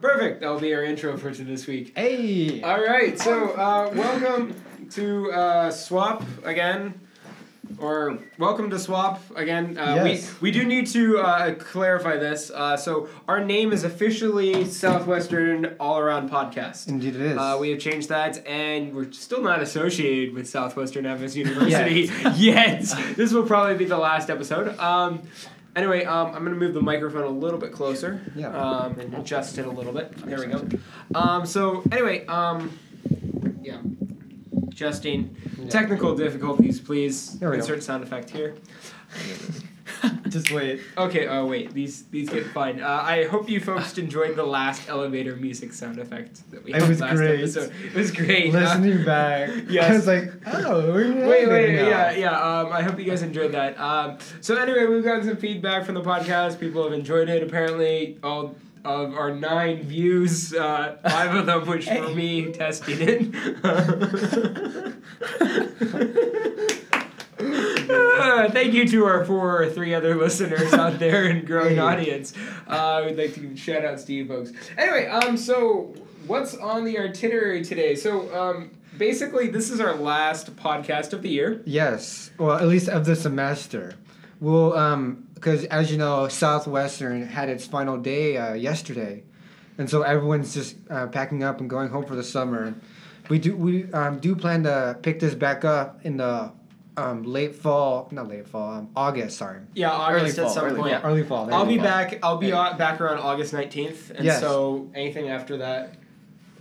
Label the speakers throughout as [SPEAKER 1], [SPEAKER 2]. [SPEAKER 1] Perfect. That'll be our intro for to this week.
[SPEAKER 2] Hey.
[SPEAKER 1] All right. So uh, welcome to uh, Swap again, or welcome to Swap again. Uh,
[SPEAKER 2] Yes.
[SPEAKER 1] We we do need to uh, clarify this. Uh, so our name is officially Southwestern All Around Podcast.
[SPEAKER 2] Indeed it is.
[SPEAKER 1] Uh, we have changed that, and we're still not associated with Southwestern Adventist University yet. This will probably be the last episode. Um, anyway, um, I'm going to move the microphone a little bit closer
[SPEAKER 2] Yeah.
[SPEAKER 1] um, and adjust it a little bit. There we go. Um, so, anyway, um, yeah. Justin,
[SPEAKER 2] Yeah.
[SPEAKER 1] technical difficulties, please.
[SPEAKER 2] There we go.
[SPEAKER 1] Insert sound effect here.
[SPEAKER 2] Just wait.
[SPEAKER 1] Okay. Oh wait, these these get fine. Uh, I hope you folks enjoyed the last elevator music sound effect that we
[SPEAKER 2] It
[SPEAKER 1] had
[SPEAKER 2] was
[SPEAKER 1] last
[SPEAKER 2] great.
[SPEAKER 1] episode. It was great. Uh,
[SPEAKER 2] Listening back.
[SPEAKER 1] Yes.
[SPEAKER 2] I was like, oh, we're in
[SPEAKER 1] Wait, wait,
[SPEAKER 2] now.
[SPEAKER 1] yeah, yeah. Um, I hope you guys enjoyed that. Um, so anyway, we've gotten some feedback from the podcast. People have enjoyed it. Apparently, all of our nine views, uh, five of them, which were me testing it. Uh, thank you to our four or three other listeners out there and growing
[SPEAKER 2] Hey.
[SPEAKER 1] audience. Uh, we'd like to give shout outs to you folks. Anyway, um, so what's on the itinerary today? So, um, basically, this is our last podcast of the year.
[SPEAKER 2] Yes. Well, at least of the semester. Well, um, because as you know, Southwestern had its final day uh, yesterday, and so everyone's just uh, packing up and going home for the summer. We do we um, do plan to pick this back up in the um, late fall, not late fall, um, August. Sorry,
[SPEAKER 1] Yeah, August at
[SPEAKER 3] fall,
[SPEAKER 1] some
[SPEAKER 3] early
[SPEAKER 1] point.
[SPEAKER 3] fall.
[SPEAKER 2] early fall. there
[SPEAKER 1] I'll be
[SPEAKER 2] you go.
[SPEAKER 1] back. I'll be
[SPEAKER 2] Hey.
[SPEAKER 1] au- back around August nineteenth, and
[SPEAKER 2] Yes.
[SPEAKER 1] so anything after that.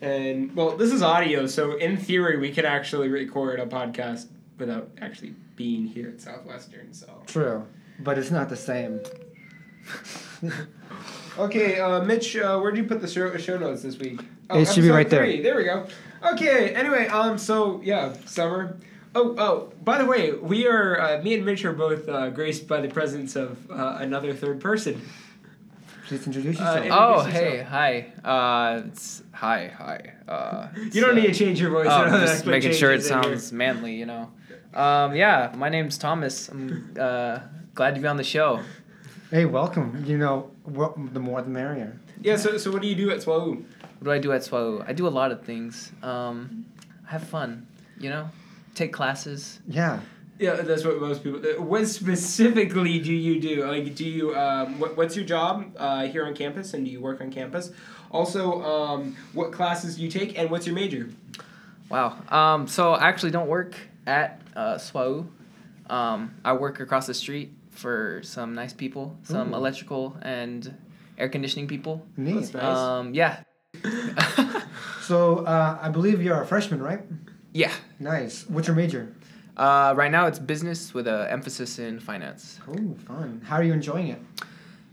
[SPEAKER 1] And well, this is audio, so in theory, we could actually record a podcast without actually being here at Southwestern. So.
[SPEAKER 2] True, but it's not the same.
[SPEAKER 1] Okay, uh, Mitch, uh, where would you put the show, show notes this week? Oh,
[SPEAKER 2] It should be
[SPEAKER 1] episode
[SPEAKER 2] right there.
[SPEAKER 1] three. There we go. Okay. Anyway, um, so yeah, summer. Oh, oh. By the way, we are uh, me and Mitch are both uh, graced by the presence of uh, another third person.
[SPEAKER 2] Please introduce
[SPEAKER 1] Uh,
[SPEAKER 2] yourself.
[SPEAKER 3] Oh,
[SPEAKER 1] Introduce
[SPEAKER 3] hey, hi. Uh, it's hi, hi. Uh,
[SPEAKER 1] You don't
[SPEAKER 3] so-
[SPEAKER 1] need to change your voice.
[SPEAKER 3] Oh,
[SPEAKER 1] I don't know
[SPEAKER 3] just
[SPEAKER 1] what
[SPEAKER 3] making sure it
[SPEAKER 1] changes in here.
[SPEAKER 3] sounds manly, you know. Um, yeah, my name's Thomas. I'm uh, glad to be on the show.
[SPEAKER 2] hey, welcome. You know, wel- the more the merrier.
[SPEAKER 1] Yeah. So, so what do you do at SWAU?
[SPEAKER 3] What do I do at SWAU? I do a lot of things. Um, I have fun, you know. Take classes.
[SPEAKER 2] Yeah.
[SPEAKER 1] Yeah, that's what most people. uh, What specifically do you do? Like, do you um, what, what's your job uh, here on campus, and do you work on campus? Also, um, what classes do you take, and what's your major?
[SPEAKER 3] Wow. Um, so I actually don't work at uh, SWAU. Um, I work across the street for some nice people, some
[SPEAKER 2] Ooh.
[SPEAKER 3] electrical and air conditioning people.
[SPEAKER 2] Neat.
[SPEAKER 1] Nice.
[SPEAKER 3] Um, yeah.
[SPEAKER 2] So uh, I believe you're a freshman, right?
[SPEAKER 3] Yeah.
[SPEAKER 2] Nice. What's your major?
[SPEAKER 3] Uh, right now, it's business with an emphasis in finance.
[SPEAKER 2] Oh, fun. How are you enjoying it?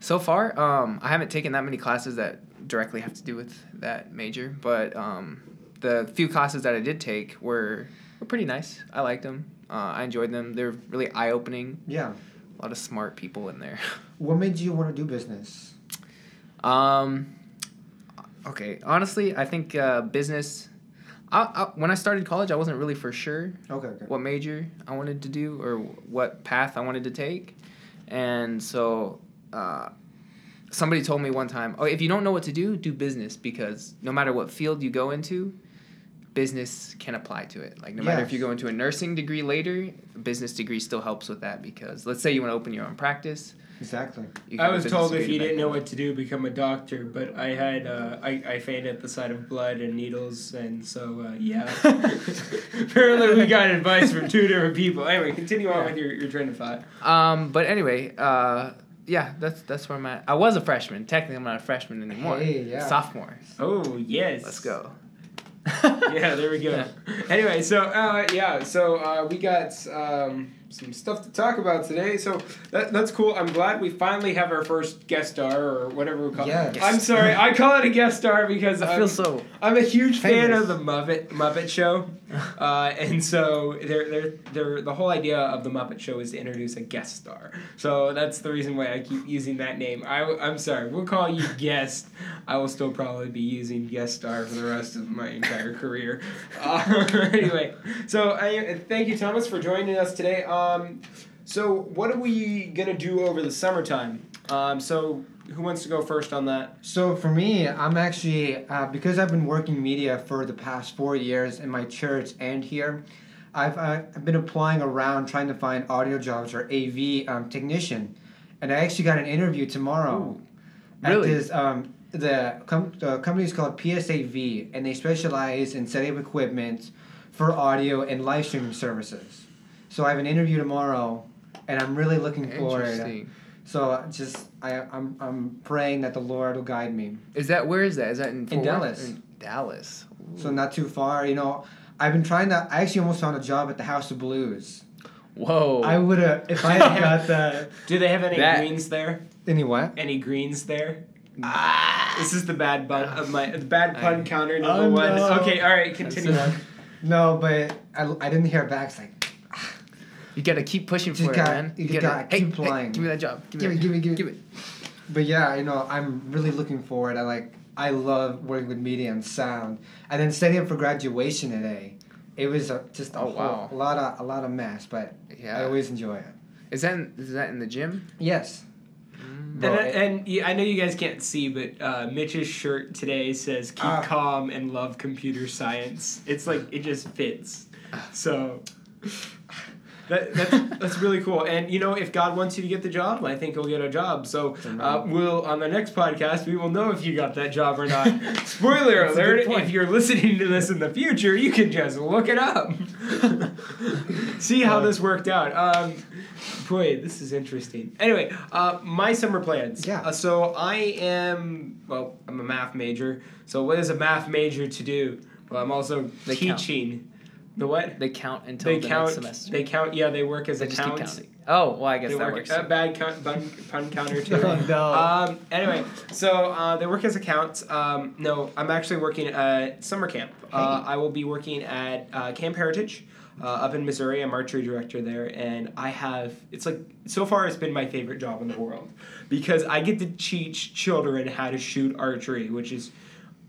[SPEAKER 3] So far, um, I haven't taken that many classes that directly have to do with that major, but um, the few classes that I did take were, were pretty nice. I liked them. Uh, I enjoyed them. They're really eye opening.
[SPEAKER 2] Yeah.
[SPEAKER 3] A lot of smart people in there.
[SPEAKER 2] What made you want to do business?
[SPEAKER 3] Um, okay, honestly, I think uh, business. I, I, when I started college, I wasn't really for sure
[SPEAKER 2] Okay, okay.
[SPEAKER 3] what major I wanted to do or what path I wanted to take. And so uh, somebody told me one time, oh, if you don't know what to do, do business because no matter what field you go into, business can apply to it. Like, no matter if
[SPEAKER 2] Yes.
[SPEAKER 3] you go into a nursing degree later, a business degree still helps with that because let's say you want to open your own practice.
[SPEAKER 2] Exactly.
[SPEAKER 3] You
[SPEAKER 1] I
[SPEAKER 3] have a
[SPEAKER 1] was
[SPEAKER 3] business
[SPEAKER 1] told if
[SPEAKER 3] degree
[SPEAKER 1] you
[SPEAKER 3] to back
[SPEAKER 1] didn't
[SPEAKER 3] it
[SPEAKER 1] know
[SPEAKER 3] up.
[SPEAKER 1] what to do, become a doctor. But I had uh, I I fainted at the sight of blood and needles, and so uh, yeah. Apparently, we got advice from two different people. Anyway, continue on with your, your train of thought.
[SPEAKER 3] Um, but anyway, uh, yeah, that's that's where I'm at. I was a freshman. Technically, I'm not a freshman anymore.
[SPEAKER 2] Hey, yeah.
[SPEAKER 3] Sophomore.
[SPEAKER 1] Oh yes.
[SPEAKER 3] Let's go.
[SPEAKER 1] yeah, there we go.
[SPEAKER 3] Yeah.
[SPEAKER 1] Anyway, so uh, yeah, so uh, we got um, some stuff to talk about today. So that, that's cool. I'm glad we finally have our first guest star or whatever we call
[SPEAKER 2] Yes.
[SPEAKER 1] it. I'm sorry, I call it a guest star because
[SPEAKER 3] I
[SPEAKER 1] I'm,
[SPEAKER 3] feel so.
[SPEAKER 1] I'm a huge fan
[SPEAKER 2] Famous.
[SPEAKER 1] of the Muppet Muppet Show, uh, and so they're, they're, they're, the whole idea of the Muppet Show is to introduce a guest star. So that's the reason why I keep using that name. I, am sorry, we'll call you guest. I will still probably be using guest star for the rest of my entire career. Uh, anyway, so I, thank you, Thomas, for joining us today. Um, so what are we gonna do over the summertime? Um, so who wants to go first on that?
[SPEAKER 2] So for me, I'm actually uh, because I've been working media for the past four years in my church and here. I've, uh, I've been applying around trying to find audio jobs or AV um, technician, and I actually got an interview tomorrow.
[SPEAKER 3] really?
[SPEAKER 2] At this, um, the, com- the company is called PSAV, and they specialize in setting up equipment for audio and live streaming services. So I have an interview tomorrow, and I'm really looking forward.
[SPEAKER 3] Interesting.
[SPEAKER 2] So uh, just I, I'm I'm praying that the Lord will guide me.
[SPEAKER 3] Is that where is that? Is that in, Fort Worth?
[SPEAKER 2] Dallas.
[SPEAKER 3] In Dallas.
[SPEAKER 2] So not too far, you know. I've been trying to. I actually almost found a job at the House of Blues.
[SPEAKER 3] Whoa.
[SPEAKER 2] I would have if I had got that.
[SPEAKER 1] Do they have any
[SPEAKER 3] That-
[SPEAKER 1] greens there?
[SPEAKER 2] Any what?
[SPEAKER 1] Any greens there? This is the bad bun of my the bad pun
[SPEAKER 3] I-
[SPEAKER 1] counter number
[SPEAKER 2] Oh,
[SPEAKER 1] one.
[SPEAKER 2] no.
[SPEAKER 1] Okay, all right, continue on.
[SPEAKER 3] That's-
[SPEAKER 2] No, but I, I didn't hear back. It's like "Ah,
[SPEAKER 3] you gotta keep pushing
[SPEAKER 2] Just
[SPEAKER 3] for
[SPEAKER 2] gotta-
[SPEAKER 3] it, man.
[SPEAKER 2] you gotta
[SPEAKER 3] hey,
[SPEAKER 2] keep
[SPEAKER 3] hey,
[SPEAKER 2] applying.
[SPEAKER 3] give me that job. Give,
[SPEAKER 2] give
[SPEAKER 3] me,
[SPEAKER 2] me, give me, give
[SPEAKER 3] give
[SPEAKER 2] me.
[SPEAKER 3] it.
[SPEAKER 2] But yeah, you know, I'm really looking forward. I like. I love working with media and sound. And then setting up for graduation today, it was a, just a,
[SPEAKER 3] Oh,
[SPEAKER 2] whole-
[SPEAKER 3] wow.
[SPEAKER 2] a lot of a lot of mess, but I
[SPEAKER 3] Yeah.
[SPEAKER 2] always enjoy it.
[SPEAKER 3] Is that in, is that in the gym?
[SPEAKER 2] Yes.
[SPEAKER 1] And,
[SPEAKER 2] Bro,
[SPEAKER 1] I-
[SPEAKER 2] it-
[SPEAKER 1] and yeah, I know you guys can't see, but uh, Mitch's shirt today says "Keep
[SPEAKER 2] Ah.
[SPEAKER 1] calm and love computer science." It's like it just fits. So that, that's that's really cool. And you know, if God wants you to get the job, I think you'll get a job. So uh, we'll on the next podcast we will know if you got that job or not. Spoiler
[SPEAKER 3] That's a good
[SPEAKER 1] alert:
[SPEAKER 3] point.
[SPEAKER 1] If you're listening to this in the future, you can just look it up. See
[SPEAKER 3] Uh,
[SPEAKER 1] how this worked out. Um, boy, this is interesting. Anyway, uh, my summer plans.
[SPEAKER 2] Yeah.
[SPEAKER 1] Uh, so I am, well, I'm a math major. So what is a math major to do? Well, I'm also
[SPEAKER 3] They count.
[SPEAKER 1] teaching. The what?
[SPEAKER 3] They count until
[SPEAKER 1] They
[SPEAKER 3] the
[SPEAKER 1] count.
[SPEAKER 3] next semester.
[SPEAKER 1] They count. Yeah, they work as
[SPEAKER 3] They
[SPEAKER 1] a
[SPEAKER 3] just
[SPEAKER 1] count.
[SPEAKER 3] keep counting. Oh, well, I guess
[SPEAKER 1] They
[SPEAKER 3] that
[SPEAKER 1] work
[SPEAKER 3] works.
[SPEAKER 1] uh, bad count, bun, pun counter too.
[SPEAKER 2] Oh, no.
[SPEAKER 1] Um, anyway, so uh, they work as accounts. Um, no, I'm actually working at summer camp. Uh, I will be working at uh, Camp Heritage uh, up in Missouri. I'm archery director there, and I have it's like so far it's been my favorite job in the world because I get to teach children how to shoot archery, which is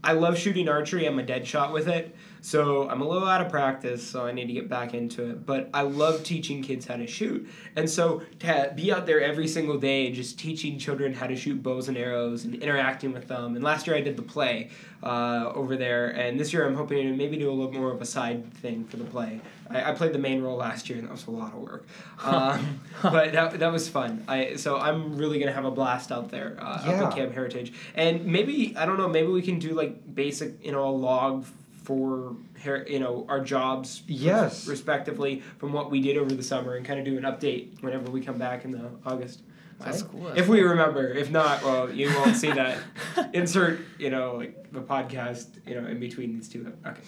[SPEAKER 1] I love shooting archery. I'm a dead shot with it. So I'm a little out of practice, so I need to get back into it. But I love teaching kids how to shoot. And so to be out there every single day and just teaching children how to shoot bows and arrows and interacting with them. And last year I did the play uh, over there. And this year I'm hoping to maybe do a little more of a side thing for the play. I, I played the main role last year, and that was a lot of work. Um, but that, that was fun. I, so I'm really going to have a blast out there uh, up
[SPEAKER 2] Yeah.
[SPEAKER 1] at Camp Heritage. And maybe I don't know. Maybe we can do like basic, you know, a log for her, you know, our jobs.
[SPEAKER 2] Yes.
[SPEAKER 1] Respectively, from what we did over the summer, and kind of do an update whenever we come back in the August.
[SPEAKER 3] That's
[SPEAKER 1] So,
[SPEAKER 3] cool.
[SPEAKER 1] If we remember, if not, well, you won't see that. Insert, you know, like the podcast, you know, in between these two. Okay.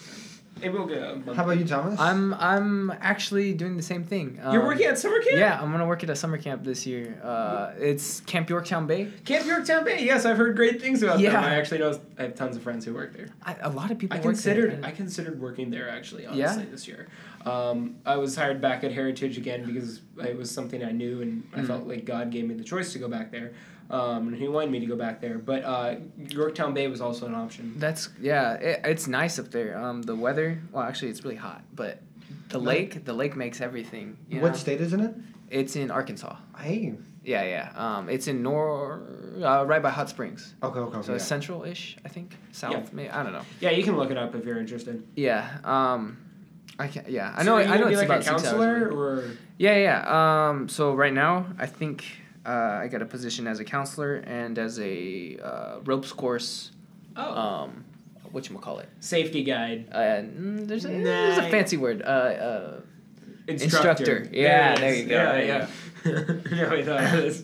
[SPEAKER 1] Maybe we'll get a month.
[SPEAKER 2] How about you, Thomas?
[SPEAKER 3] I'm I'm actually doing the same thing.
[SPEAKER 1] You're
[SPEAKER 3] Um,
[SPEAKER 1] working at summer camp?
[SPEAKER 3] Yeah, I'm gonna work at a summer camp this year. Uh, it's Camp Yorktown Bay.
[SPEAKER 1] Camp Yorktown Bay. Yes, I've heard great things about
[SPEAKER 3] Yeah.
[SPEAKER 1] them. I actually know I have tons of friends who work there.
[SPEAKER 3] I, a lot of people.
[SPEAKER 1] I
[SPEAKER 3] work there,
[SPEAKER 1] considered
[SPEAKER 3] man.
[SPEAKER 1] I considered working there actually honestly
[SPEAKER 3] Yeah?
[SPEAKER 1] this year. Um, I was hired back at Heritage again because it was something I knew and I
[SPEAKER 3] Hmm.
[SPEAKER 1] felt like God gave me the choice to go back there. Um, and He wanted me to go back there, but uh, Yorktown Bay was also an option.
[SPEAKER 3] That's yeah. It, it's nice up there. Um, the weather. Well, actually, it's really hot, but the lake. The lake makes everything. You
[SPEAKER 2] what
[SPEAKER 3] know?
[SPEAKER 2] state is in it?
[SPEAKER 3] It's in Arkansas.
[SPEAKER 2] Hey.
[SPEAKER 3] Yeah, yeah. Um, it's in nor uh, right by Hot Springs.
[SPEAKER 2] Okay, okay, okay.
[SPEAKER 3] So
[SPEAKER 2] yeah.
[SPEAKER 3] it's central-ish, I think. South,
[SPEAKER 1] Oh, Yeah.
[SPEAKER 3] may I don't know.
[SPEAKER 1] Yeah, you can look it up if you're interested.
[SPEAKER 3] Yeah. Um, I can Yeah,
[SPEAKER 1] So
[SPEAKER 3] I know.
[SPEAKER 1] are you
[SPEAKER 3] I
[SPEAKER 1] gonna
[SPEAKER 3] know
[SPEAKER 1] be
[SPEAKER 3] it's
[SPEAKER 1] like
[SPEAKER 3] about
[SPEAKER 1] a
[SPEAKER 3] six hours away.
[SPEAKER 1] counselor or
[SPEAKER 3] Yeah, yeah. Um, so right now, I think uh, I got a position as a counselor and as a uh, ropes course.
[SPEAKER 1] oh
[SPEAKER 3] Um, what you call it?
[SPEAKER 1] safety guide
[SPEAKER 3] Uh, mm, there's a, there's
[SPEAKER 1] Nah.
[SPEAKER 3] a fancy word. Uh, uh,
[SPEAKER 1] instructor.
[SPEAKER 3] Instructor. Yeah,
[SPEAKER 1] it is.
[SPEAKER 3] there you go.
[SPEAKER 1] Yeah, yeah. no, I thought it was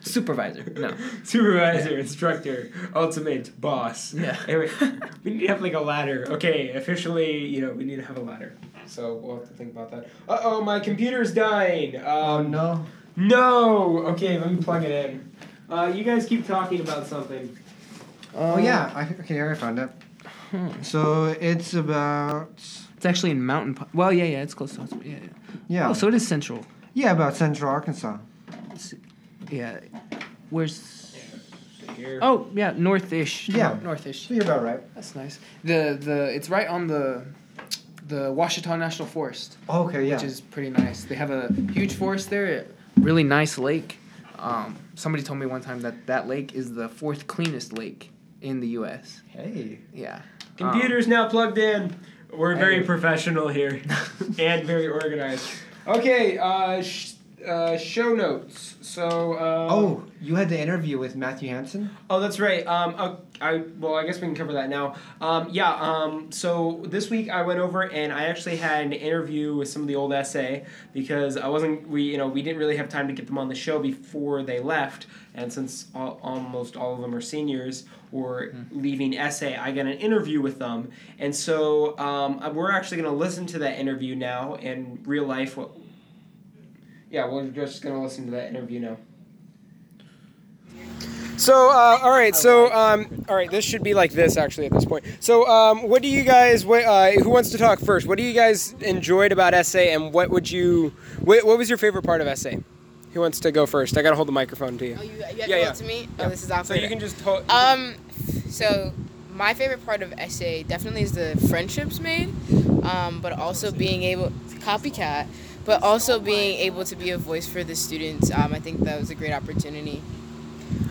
[SPEAKER 3] supervisor. No.
[SPEAKER 2] uh,
[SPEAKER 1] Supervisor, instructor, ultimate boss.
[SPEAKER 3] Yeah.
[SPEAKER 1] Anyway, we need to have like a ladder. Okay, officially, you know, we need to have a ladder. So we'll have to think about that. Uh oh, my computer's dying. Um,
[SPEAKER 2] Oh no.
[SPEAKER 1] No. Okay, let me plug it in. Uh, you guys keep talking about something.
[SPEAKER 2] Oh
[SPEAKER 3] Um,
[SPEAKER 2] yeah. I, okay, I found it.
[SPEAKER 3] Hmm.
[SPEAKER 2] So it's about
[SPEAKER 3] It's actually in Mountain. Po- well, yeah, yeah. It's close to Hot Springs. Yeah, yeah.
[SPEAKER 2] yeah.
[SPEAKER 3] Oh, so it is central.
[SPEAKER 2] yeah, about Central Arkansas.
[SPEAKER 3] It's- yeah. Where's?
[SPEAKER 1] Here.
[SPEAKER 3] Oh, yeah, north-ish.
[SPEAKER 2] Yeah.
[SPEAKER 3] Oh, north-ish.
[SPEAKER 2] So you're about right.
[SPEAKER 3] That's nice. The the it's right on the the Washita National Forest.
[SPEAKER 2] Oh, Okay, yeah.
[SPEAKER 3] which is pretty nice. They have a huge forest there, a really nice lake. Um, somebody told me one time that that lake is the fourth cleanest lake in the U.S.
[SPEAKER 2] Hey.
[SPEAKER 3] Yeah. Um,
[SPEAKER 1] Computer's now plugged in. We're very
[SPEAKER 3] Hey.
[SPEAKER 1] professional here and very organized. Okay, uh, sh- uh, show notes. So, uh,
[SPEAKER 2] Oh, you had the interview with Matthew Hansen?
[SPEAKER 1] Oh, that's right. Um, uh, I well, I guess we can cover that now. Um, yeah. Um, so this week I went over and I actually had an interview with some of the old SA because I wasn't. We you know we didn't really have time to get them on the show before they left, and since all, almost all of them are seniors or leaving SA, I got an interview with them, and so um, uh, we're actually going to listen to that interview now in real life. What? Yeah, we're just going to listen to that interview now. So, uh, all right. So, um, all right. This should be like this actually at this point. So, um, what do you guys? What, uh, who wants to talk first? What do you guys enjoyed about essay, and what would you? What, what was your favorite part of essay? Who wants to go first? I gotta hold the microphone to you.
[SPEAKER 4] Oh, you, you have to
[SPEAKER 1] Yeah,
[SPEAKER 4] hold
[SPEAKER 1] yeah.
[SPEAKER 4] it to me?
[SPEAKER 1] Yeah.
[SPEAKER 4] Oh, this is awkward.
[SPEAKER 1] So you can just hold.
[SPEAKER 4] Um, so my favorite part of essay definitely is the friendships made, um, but also being able copycat, but also being able to be a voice for the students. Um, I think that was a great opportunity.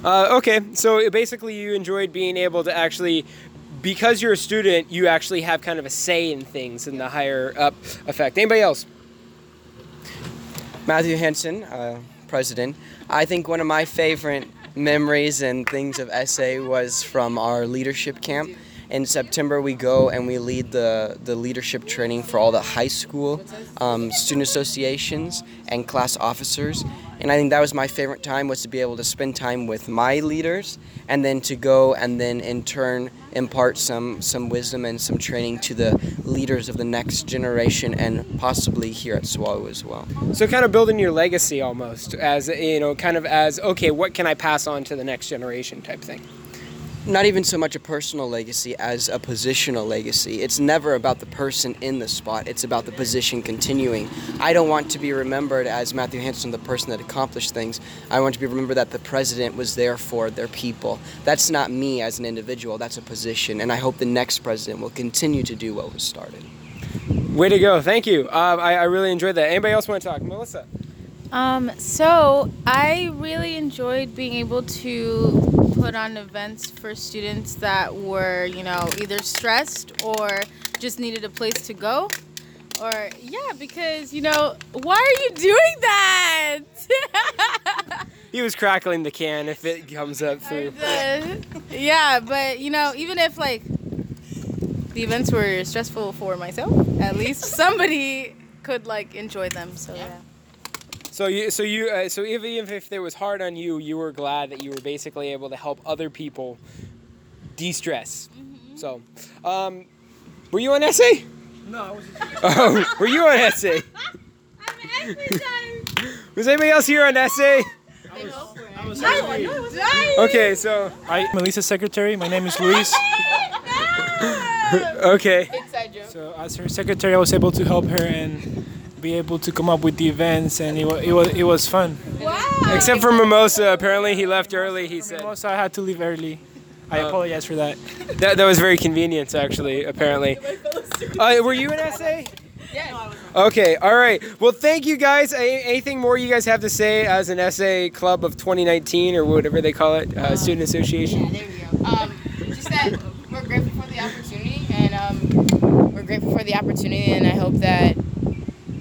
[SPEAKER 1] Uh, okay. So basically, you enjoyed being able to actually. Because you're a student, you actually have kind of a say in things in the higher up effect. Anybody else?
[SPEAKER 5] Matthew Hansen, uh, president. I think one of my favorite memories and things of SA was from our leadership camp. In September, we go and we lead the, the leadership training for all the high school um, student associations and class officers. And I think that was my favorite time was to be able to spend time with my leaders and then to go and then in turn impart some, some wisdom and some training to the leaders of the next generation and possibly here at SWAU as well.
[SPEAKER 1] So kind of building your legacy almost as you know, kind of as okay, what can I pass on to the next generation type thing.
[SPEAKER 5] not even so much a personal legacy as a positional legacy. It's never about the person in the spot, it's about the position continuing. I don't want to be remembered as Matthew Hansen, the person that accomplished things. I want to be remembered that the president was there for their people. That's not me as an individual, that's a position, and I hope the next president will continue to do what was started.
[SPEAKER 1] Way to go! Thank you. Uh, I, I really enjoyed that. Anybody else want to talk? Melissa.
[SPEAKER 6] Um, so I really enjoyed being able to put on events for students that were, you know, either stressed or just needed a place to go. Or yeah, because you know, why are you doing that?
[SPEAKER 1] He was crackling the can if it comes up through.
[SPEAKER 6] yeah, but you know, even if like the events were stressful for myself, at least somebody could like enjoy them. So yeah.
[SPEAKER 1] So you, so you, uh, so even if, if it was hard on you, you were glad that you were basically able to help other people de-stress.
[SPEAKER 4] Mm-hmm.
[SPEAKER 1] So, um, were you on essay? No, I wasn't. Oh, were you on essay? Was anybody else here on essay? Okay, so
[SPEAKER 7] I am Melissa's secretary. My name is Luis.
[SPEAKER 1] okay.
[SPEAKER 4] Inside joke.
[SPEAKER 7] So as her secretary, I was able to help her and be able to come up with the events, and it was it was, it was fun.
[SPEAKER 6] Wow.
[SPEAKER 1] Except for Mimosa, apparently he left early. He said Oh.
[SPEAKER 7] Also, I had to leave early. I apologize for that.
[SPEAKER 1] that, that was very convenient, actually. Apparently, uh, were you an essay?
[SPEAKER 4] Yes.
[SPEAKER 1] Okay, all right. Well, thank you guys. A- anything more you guys have to say as an essay club of 2019 or whatever they call it, uh, student association?
[SPEAKER 4] Yeah, there we go. Um, just that we're grateful for the opportunity, and um, we're grateful for the opportunity, and I hope that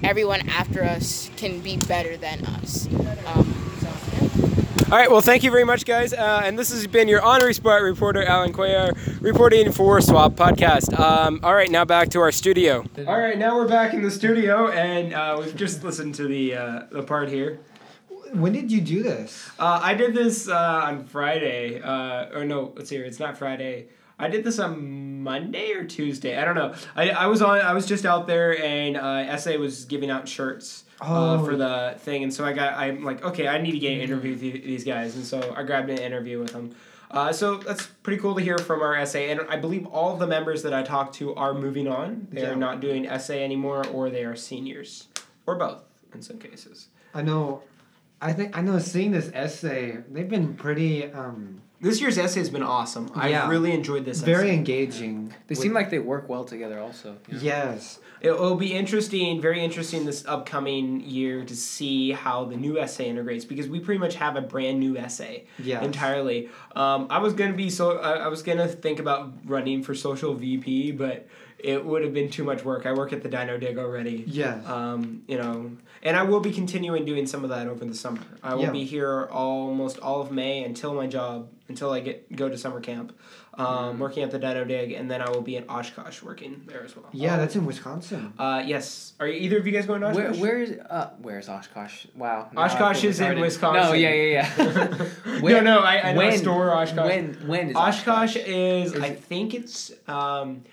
[SPEAKER 4] everyone after us can be better than us. Um, so, yeah.
[SPEAKER 1] All right. Well, thank you very much, guys. Uh, and this has been your honorary spot reporter, Alan Cuellar, reporting for Swap Podcast. Um, all right, now back to our studio. All right, now we're back in the studio, and uh, we've just listened to the uh, the part here.
[SPEAKER 2] When did you do this?
[SPEAKER 1] Uh, I did this uh, on Friday. Uh, or no, let's see here. It's not Friday. I did this on Monday or Tuesday. I don't know. I, I was on. I was just out there, and uh, SA was giving out shirts uh,
[SPEAKER 2] Oh.
[SPEAKER 1] for the thing, and so I got. I'm like, okay, I need to get an interview with the- these guys, and so I grabbed an interview with them. Uh, so that's pretty cool to hear from our SA, and I believe all of the members that I talked to are moving on. They are
[SPEAKER 2] Yeah.
[SPEAKER 1] not doing SA anymore, or they are seniors, or both in some cases.
[SPEAKER 2] I know. I think I know. Seeing this essay, they've been pretty um,
[SPEAKER 1] This year's essay has been awesome. I
[SPEAKER 3] Yeah.
[SPEAKER 1] really enjoyed this.
[SPEAKER 2] Very
[SPEAKER 1] essay.
[SPEAKER 2] engaging.
[SPEAKER 3] They seem like they work well together, also. you know?
[SPEAKER 2] Yes.
[SPEAKER 1] It'll be interesting, very interesting this upcoming year to see how the new essay integrates because we pretty much have a brand new essay
[SPEAKER 2] Yes.
[SPEAKER 1] entirely. Um, I was gonna be so I, I was gonna think about running for social VP, but it would have been too much work. I work at the Dino Dig already.
[SPEAKER 2] Yes.
[SPEAKER 1] Um, you know, and I will be continuing doing some of that over the summer. I will
[SPEAKER 2] Yeah.
[SPEAKER 1] be here almost all of May until my job, until I get go to summer camp,
[SPEAKER 3] Mm-hmm.
[SPEAKER 1] um, working at the Dino Dig, and then I will be in Oshkosh working there as well.
[SPEAKER 2] yeah, that's in Wisconsin.
[SPEAKER 1] Uh, yes. Are either of you guys going to
[SPEAKER 3] Where,
[SPEAKER 1] Oshkosh?
[SPEAKER 3] where is uh, where's Oshkosh? Wow, now I feel
[SPEAKER 1] Oshkosh is in
[SPEAKER 3] retarded.
[SPEAKER 1] Wisconsin.
[SPEAKER 3] No, yeah, yeah, yeah.
[SPEAKER 1] no,
[SPEAKER 3] Where-
[SPEAKER 1] no. I, I know a
[SPEAKER 3] when-
[SPEAKER 1] store Oshkosh.
[SPEAKER 3] When when is
[SPEAKER 1] Oshkosh is,
[SPEAKER 3] Is
[SPEAKER 1] I
[SPEAKER 3] it-
[SPEAKER 1] think it's. Um,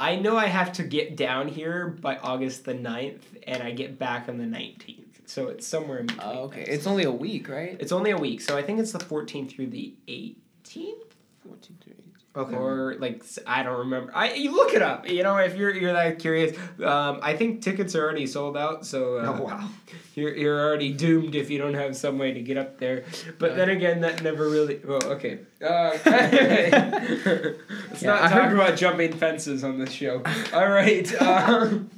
[SPEAKER 1] I know I have to get down here by August the 9th, and I get back on the nineteenth. So it's somewhere in between.
[SPEAKER 3] Oh, okay, it's only a week, right?
[SPEAKER 1] It's only a week, so I think it's the fourteenth through the eighteenth.
[SPEAKER 3] Fourteen to eight.
[SPEAKER 2] Okay.
[SPEAKER 1] Or like s- I don't remember. I you look it up. You know if you're you're that curious. Um, I think tickets are already sold out. So uh,
[SPEAKER 2] Oh, wow.
[SPEAKER 1] you're you're already doomed if you don't have some way to get up there. But then again, that never really. Well, okay. Uh, let's
[SPEAKER 3] Yeah,
[SPEAKER 1] not
[SPEAKER 3] I
[SPEAKER 1] talk
[SPEAKER 3] heard-
[SPEAKER 1] about jumping fences on this show. All right. Um,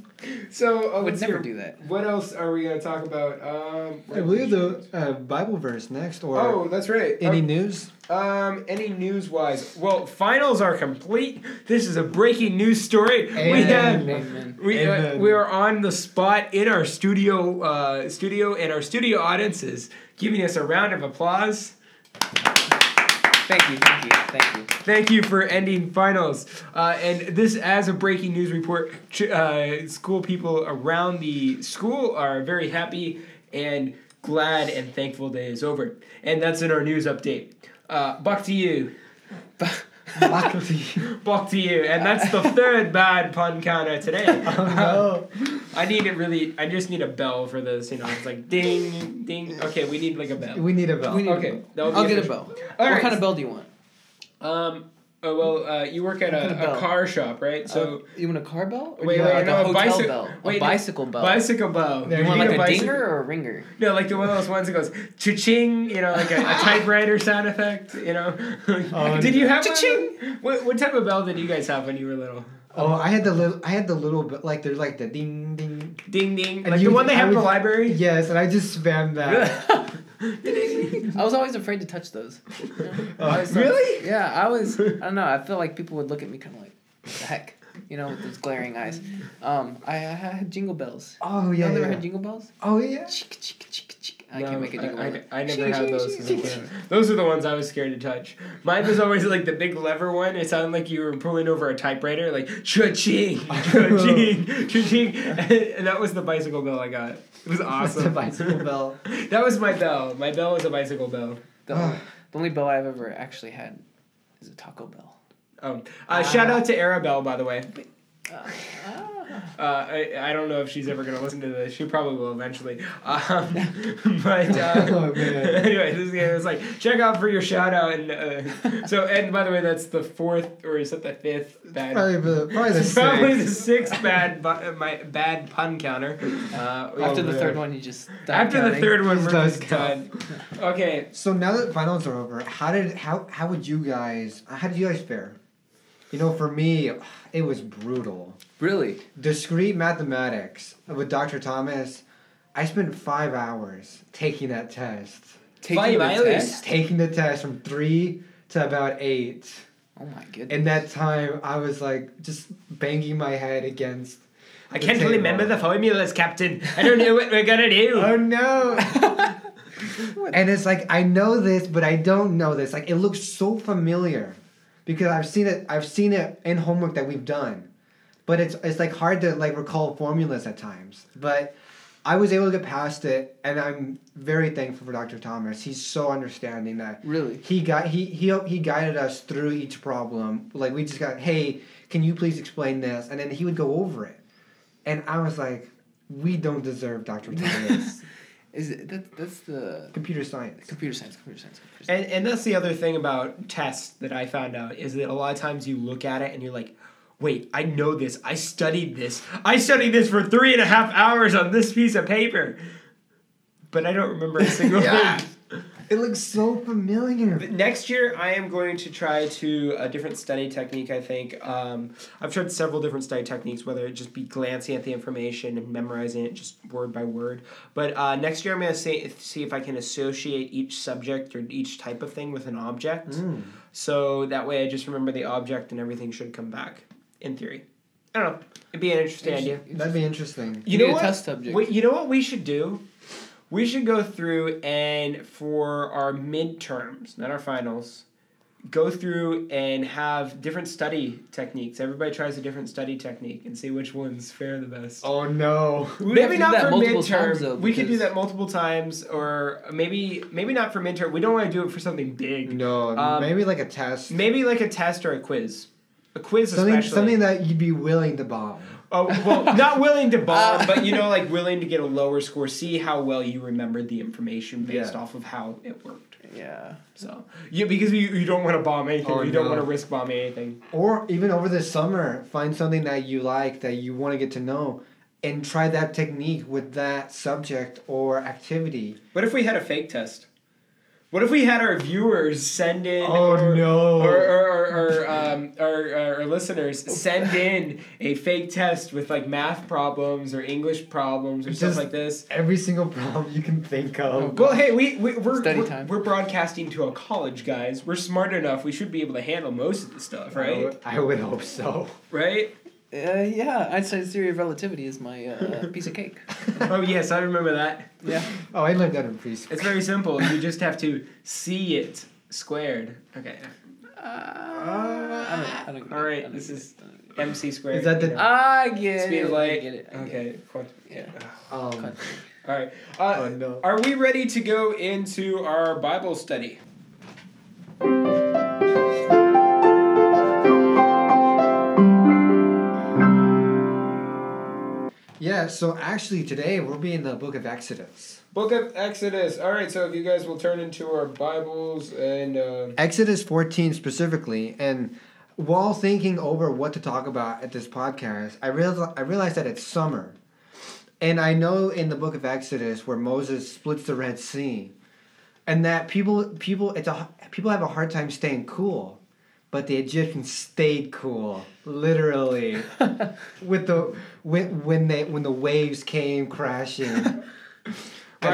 [SPEAKER 1] so
[SPEAKER 3] I
[SPEAKER 1] uh,
[SPEAKER 3] would
[SPEAKER 1] let's
[SPEAKER 3] never
[SPEAKER 1] hear-
[SPEAKER 3] do that.
[SPEAKER 1] What else are we gonna talk about? Um,
[SPEAKER 2] I believe the uh, Bible verse next, or
[SPEAKER 1] Oh, that's right.
[SPEAKER 2] any
[SPEAKER 1] Um,
[SPEAKER 2] news?
[SPEAKER 1] um, any news wise? Well, finals are complete. This is a breaking news story. We
[SPEAKER 2] Amen.
[SPEAKER 1] had.
[SPEAKER 3] Amen.
[SPEAKER 1] We, uh,
[SPEAKER 2] Amen.
[SPEAKER 1] we are on the spot in our studio, uh, studio, and our studio audience is giving us a round of applause.
[SPEAKER 3] Thank you, thank you, thank you.
[SPEAKER 1] Thank you for ending finals. Uh, and this, as a breaking news report, ch- uh, school people around the school are very happy and glad and thankful day is over. And that's in our news update. Uh, back to you.
[SPEAKER 2] Luckily.
[SPEAKER 1] Back to you, and that's the third bad pun counter today.
[SPEAKER 2] no.
[SPEAKER 1] I need it really. I just need a bell for this. You know, it's like ding, ding. Okay, we need like a bell.
[SPEAKER 2] We need a bell.
[SPEAKER 3] We need-
[SPEAKER 1] Okay, that'll be
[SPEAKER 3] I'll get a
[SPEAKER 1] official.
[SPEAKER 3] bell.
[SPEAKER 1] All
[SPEAKER 3] what
[SPEAKER 1] right.
[SPEAKER 3] kind of bell do you want?
[SPEAKER 1] Um. Oh, well, uh, you work at
[SPEAKER 3] kind of
[SPEAKER 1] a, a
[SPEAKER 3] bell?
[SPEAKER 1] car shop, right? So.
[SPEAKER 3] Uh, you want a car bell? Or
[SPEAKER 1] Wait,
[SPEAKER 3] do you
[SPEAKER 1] wait,
[SPEAKER 3] want like
[SPEAKER 1] no,
[SPEAKER 3] a
[SPEAKER 1] a
[SPEAKER 3] hotel
[SPEAKER 1] bicy-
[SPEAKER 3] bell,
[SPEAKER 1] wait,
[SPEAKER 3] a
[SPEAKER 1] no,
[SPEAKER 3] bicycle bell.
[SPEAKER 1] Bicycle bell.
[SPEAKER 2] There
[SPEAKER 1] You
[SPEAKER 3] you want
[SPEAKER 1] need
[SPEAKER 3] like a
[SPEAKER 1] bicy-
[SPEAKER 3] dinger or a ringer?
[SPEAKER 1] No, like the one of those ones that goes cha-ching, you know, like a, a typewriter sound effect, you know.
[SPEAKER 2] Oh,
[SPEAKER 1] did you have
[SPEAKER 3] Cha-ching!
[SPEAKER 1] One? of those? What, what type of bell did you guys have when you were little?
[SPEAKER 2] Oh, I had the little. I had the little. bit- Like there's like the ding ding.
[SPEAKER 1] Ding ding,
[SPEAKER 2] And
[SPEAKER 1] like
[SPEAKER 2] you-
[SPEAKER 1] the one they
[SPEAKER 2] I
[SPEAKER 1] have in the
[SPEAKER 2] was-
[SPEAKER 1] library.
[SPEAKER 2] Yes, and I just spammed that.
[SPEAKER 3] I was always afraid to touch those. I
[SPEAKER 2] Uh,
[SPEAKER 3] was like-
[SPEAKER 1] really?
[SPEAKER 3] Yeah, I was. I don't know. I feel like people would look at me kind of like, what the heck, you know, with those glaring eyes. Um, I, I had jingle bells.
[SPEAKER 2] oh
[SPEAKER 3] You
[SPEAKER 2] yeah.
[SPEAKER 3] all never
[SPEAKER 2] yeah.
[SPEAKER 3] had jingle bells?
[SPEAKER 2] oh yeah.
[SPEAKER 3] Chick, chick, chick, chick. I can't make a jingle.
[SPEAKER 1] I,
[SPEAKER 3] bell.
[SPEAKER 1] I, I never had those. as a
[SPEAKER 2] shing,
[SPEAKER 1] kid. Those are the ones I was scared to touch. Mine was always like the big lever one. It sounded like you were pulling over a typewriter, like cha-ching, cha-ching, cha-ching, and that was the bicycle bell I got. It was awesome.
[SPEAKER 2] the bicycle bell.
[SPEAKER 1] That was my bell. My bell was a bicycle bell.
[SPEAKER 3] The, only, the only bell I've ever actually had is a Taco Bell.
[SPEAKER 1] Um,
[SPEAKER 2] Ah.
[SPEAKER 1] uh, shout out to Arabelle, by the way.
[SPEAKER 3] Ah.
[SPEAKER 1] Uh, I, I don't know if she's ever going to listen to this. She probably will eventually. Um, but uh,
[SPEAKER 2] Oh, man.
[SPEAKER 1] anyway, this game is like check out for your shout out. And uh, so, and by the way, that's the fourth or is that the fifth bad?
[SPEAKER 2] Probably the probably Oh, the
[SPEAKER 1] It's probably
[SPEAKER 2] same.
[SPEAKER 1] the sixth bad bu- uh, my bad pun counter. Uh,
[SPEAKER 2] Oh,
[SPEAKER 3] After the
[SPEAKER 1] yeah.
[SPEAKER 3] third one, you just stop
[SPEAKER 1] After the
[SPEAKER 3] counting.
[SPEAKER 1] third one, we're
[SPEAKER 2] That's
[SPEAKER 1] just done. Okay,
[SPEAKER 2] So now that finals are over, how did how how would you guys how did you guys fare? You know, for me, it was brutal.
[SPEAKER 3] Really?
[SPEAKER 2] Discrete mathematics with Dr. Thomas. I spent five hours taking that test.
[SPEAKER 3] Taking the
[SPEAKER 1] hours?
[SPEAKER 3] test?
[SPEAKER 2] Taking the test from three to about eight.
[SPEAKER 3] Oh my goodness.
[SPEAKER 2] In that time, I was like just banging my head against.
[SPEAKER 1] I
[SPEAKER 2] the
[SPEAKER 1] can't
[SPEAKER 2] table.
[SPEAKER 1] remember the formulas, Captain. I don't know what we're gonna do.
[SPEAKER 2] Oh no! and it's like I know this, but I don't know this. Like it looks so familiar, because I've seen it. I've seen it in homework that we've done, but it's it's like hard to like recall formulas at times. But I was able to get past it, and I'm very thankful for Dr. Thomas. He's so understanding that
[SPEAKER 3] Really?
[SPEAKER 2] he got he he he guided us through each problem. Like we just got, hey, can you please explain this? And then he would go over it, and I was like, we don't deserve Dr. Thomas.
[SPEAKER 3] Is it, that, that's the
[SPEAKER 2] Computer science.
[SPEAKER 3] computer science, computer science, computer science.
[SPEAKER 1] And, and that's the other thing about tests that I found out is that a lot of times you look at it and you're like, wait, I know this. I studied this. I studied this for three and a half hours on this piece of paper. But I don't remember a single thing.
[SPEAKER 2] It looks so familiar.
[SPEAKER 1] But next year, I am going to try to a different study technique. I think um, I've tried several different study techniques, whether it just be glancing at the information and memorizing it just word by word. But uh, next year, I'm going to see, see if I can associate each subject or each type of thing with an object.
[SPEAKER 2] Mm.
[SPEAKER 1] So that way, I just remember the object, and everything should come back. In theory, I don't know. It'd be an interesting idea.
[SPEAKER 2] That'd be interesting.
[SPEAKER 1] You
[SPEAKER 3] need
[SPEAKER 1] know
[SPEAKER 3] a
[SPEAKER 1] what?
[SPEAKER 3] test subject.
[SPEAKER 1] We, you know what we should do? We should go through and for our midterms, not our finals, go through and have different study techniques. Everybody tries a different study technique and see which ones fare the best.
[SPEAKER 2] Oh no.
[SPEAKER 3] have to
[SPEAKER 1] Maybe
[SPEAKER 3] do
[SPEAKER 1] not
[SPEAKER 3] that
[SPEAKER 1] for
[SPEAKER 3] multiple
[SPEAKER 1] midterm.
[SPEAKER 3] times, though,
[SPEAKER 1] we could do
[SPEAKER 3] because-
[SPEAKER 1] that multiple times, or maybe maybe not for midterm. We don't want to do it for something big.
[SPEAKER 2] No,
[SPEAKER 1] Um,
[SPEAKER 2] maybe like a test.
[SPEAKER 1] Maybe like a test or a quiz, a quiz
[SPEAKER 2] Something,
[SPEAKER 1] especially.
[SPEAKER 2] something that you'd be willing to bomb.
[SPEAKER 1] Oh well, not willing to bomb, but you know, like willing to get a lower score. See how well you remembered the information based
[SPEAKER 2] Yeah.
[SPEAKER 1] off of how it worked.
[SPEAKER 3] Yeah.
[SPEAKER 1] So yeah, because you, you don't want to bomb anything.
[SPEAKER 2] Oh,
[SPEAKER 1] you don't
[SPEAKER 2] no.
[SPEAKER 1] want to risk bombing anything.
[SPEAKER 2] Or even over the summer, find something that you like that you want to get to know and try that technique with that subject or activity.
[SPEAKER 1] What if we had a fake test? What if we had our viewers send in? or,
[SPEAKER 2] Oh, no.
[SPEAKER 1] Or, or, or, or, um, or, or, or listeners send in a fake test with like math problems or English problems or stuff
[SPEAKER 2] Just-
[SPEAKER 1] like this.
[SPEAKER 2] Every single problem you can think of.
[SPEAKER 1] Well, hey, we, we, we're,
[SPEAKER 3] Study
[SPEAKER 1] we're,
[SPEAKER 3] time.
[SPEAKER 1] we're broadcasting to a college, guys. We're smart enough. We should be able to handle most of the stuff,
[SPEAKER 2] I
[SPEAKER 1] right?
[SPEAKER 2] would, I would hope so.
[SPEAKER 1] Right?
[SPEAKER 3] Uh, yeah, Einstein's theory of relativity is my uh, piece of cake.
[SPEAKER 1] oh, yes, I remember that.
[SPEAKER 3] Yeah.
[SPEAKER 2] Oh, I learned that in preschool.
[SPEAKER 1] It's very simple. You just have to see it squared. Okay.
[SPEAKER 3] Uh, I don't, I don't
[SPEAKER 1] All right,
[SPEAKER 3] I don't
[SPEAKER 1] this
[SPEAKER 3] get
[SPEAKER 1] is-
[SPEAKER 3] it.
[SPEAKER 1] MC squared.
[SPEAKER 2] Is that the-
[SPEAKER 1] you know.
[SPEAKER 3] I get
[SPEAKER 1] Speed
[SPEAKER 3] it.
[SPEAKER 1] of light.
[SPEAKER 3] I get it. I get it.
[SPEAKER 1] Okay. quant-
[SPEAKER 3] Yeah.
[SPEAKER 2] Um,
[SPEAKER 1] All right. Uh,
[SPEAKER 2] Oh, no.
[SPEAKER 1] Are we ready to go into our Bible study?
[SPEAKER 2] yeah, so actually today we'll be in the book of Exodus.
[SPEAKER 1] Book of Exodus. All right, so if you guys will turn into our Bibles and. Uh,
[SPEAKER 2] Exodus 14 specifically, and while thinking over what to talk about at this podcast, I realized, I realized that it's summer. And I know in the book of Exodus where Moses splits the Red Sea, and that people people it's a people have a hard time staying cool, but the Egyptians stayed cool, literally, with the when, when they when the waves came crashing. And I-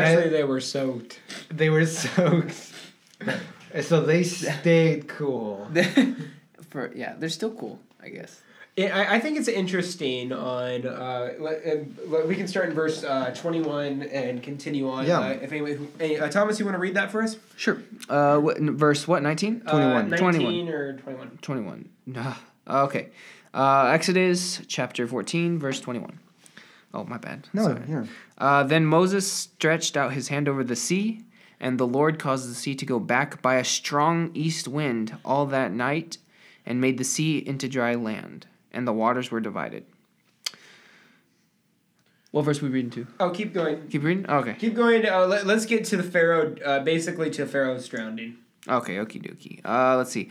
[SPEAKER 1] Actually, they were soaked.
[SPEAKER 2] they were soaked. And so they stayed cool.
[SPEAKER 3] For yeah, they're still cool, I guess.
[SPEAKER 1] Yeah, I, I think it's interesting on uh, let, and let- we can start in verse uh, 21 and continue on
[SPEAKER 2] Yeah.
[SPEAKER 1] uh, if anyone who, any- uh, Thomas you want to read that for us
[SPEAKER 3] Sure. Uh, what, n- verse what? Nineteen.
[SPEAKER 1] uh, 19
[SPEAKER 3] 21.
[SPEAKER 1] or 21
[SPEAKER 3] 21. Nah. Okay. Uh, Exodus chapter 14, verse 21. Oh, my bad. Sorry.
[SPEAKER 2] here.
[SPEAKER 3] Uh, then Moses stretched out his hand over the sea, and the Lord caused the sea to go back by a strong east wind all that night, and made the sea into dry land, and the waters were divided. What verse we reading to?
[SPEAKER 1] oh keep going
[SPEAKER 3] Keep reading? Okay.
[SPEAKER 1] keep going to, uh, let, us get to the pharaoh uh, basically to pharaoh's drowning
[SPEAKER 3] Okay, okie dokie. Uh, let's see.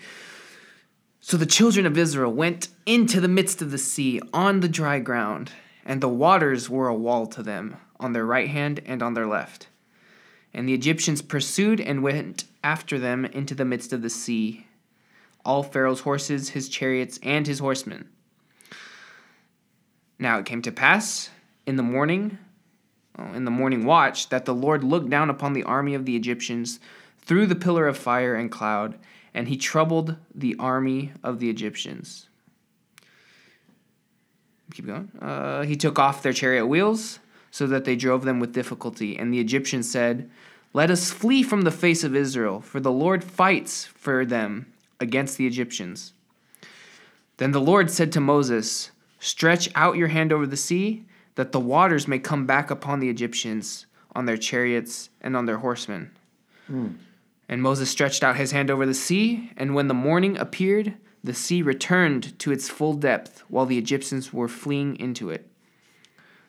[SPEAKER 3] So the children of Israel went into the midst of the sea on the dry ground, and the waters were a wall to them on their right hand and on their left. And the Egyptians pursued and went after them into the midst of the sea, all Pharaoh's horses, his chariots, and his horsemen. Now it came to pass in the morning Oh, in the morning watch that the Lord looked down upon the army of the Egyptians through the pillar of fire and cloud, and he troubled the army of the Egyptians. Keep going. Uh, he took off their chariot wheels so that they drove them with difficulty, and the Egyptians said, Let us flee from the face of Israel, for the Lord fights for them against the Egyptians. Then the Lord said to Moses, Stretch out your hand over the sea, that the waters may come back upon the Egyptians, on their chariots, and on their horsemen. And Moses stretched out his hand over the sea, and when the morning appeared, the sea returned to its full depth, while the Egyptians were fleeing into it.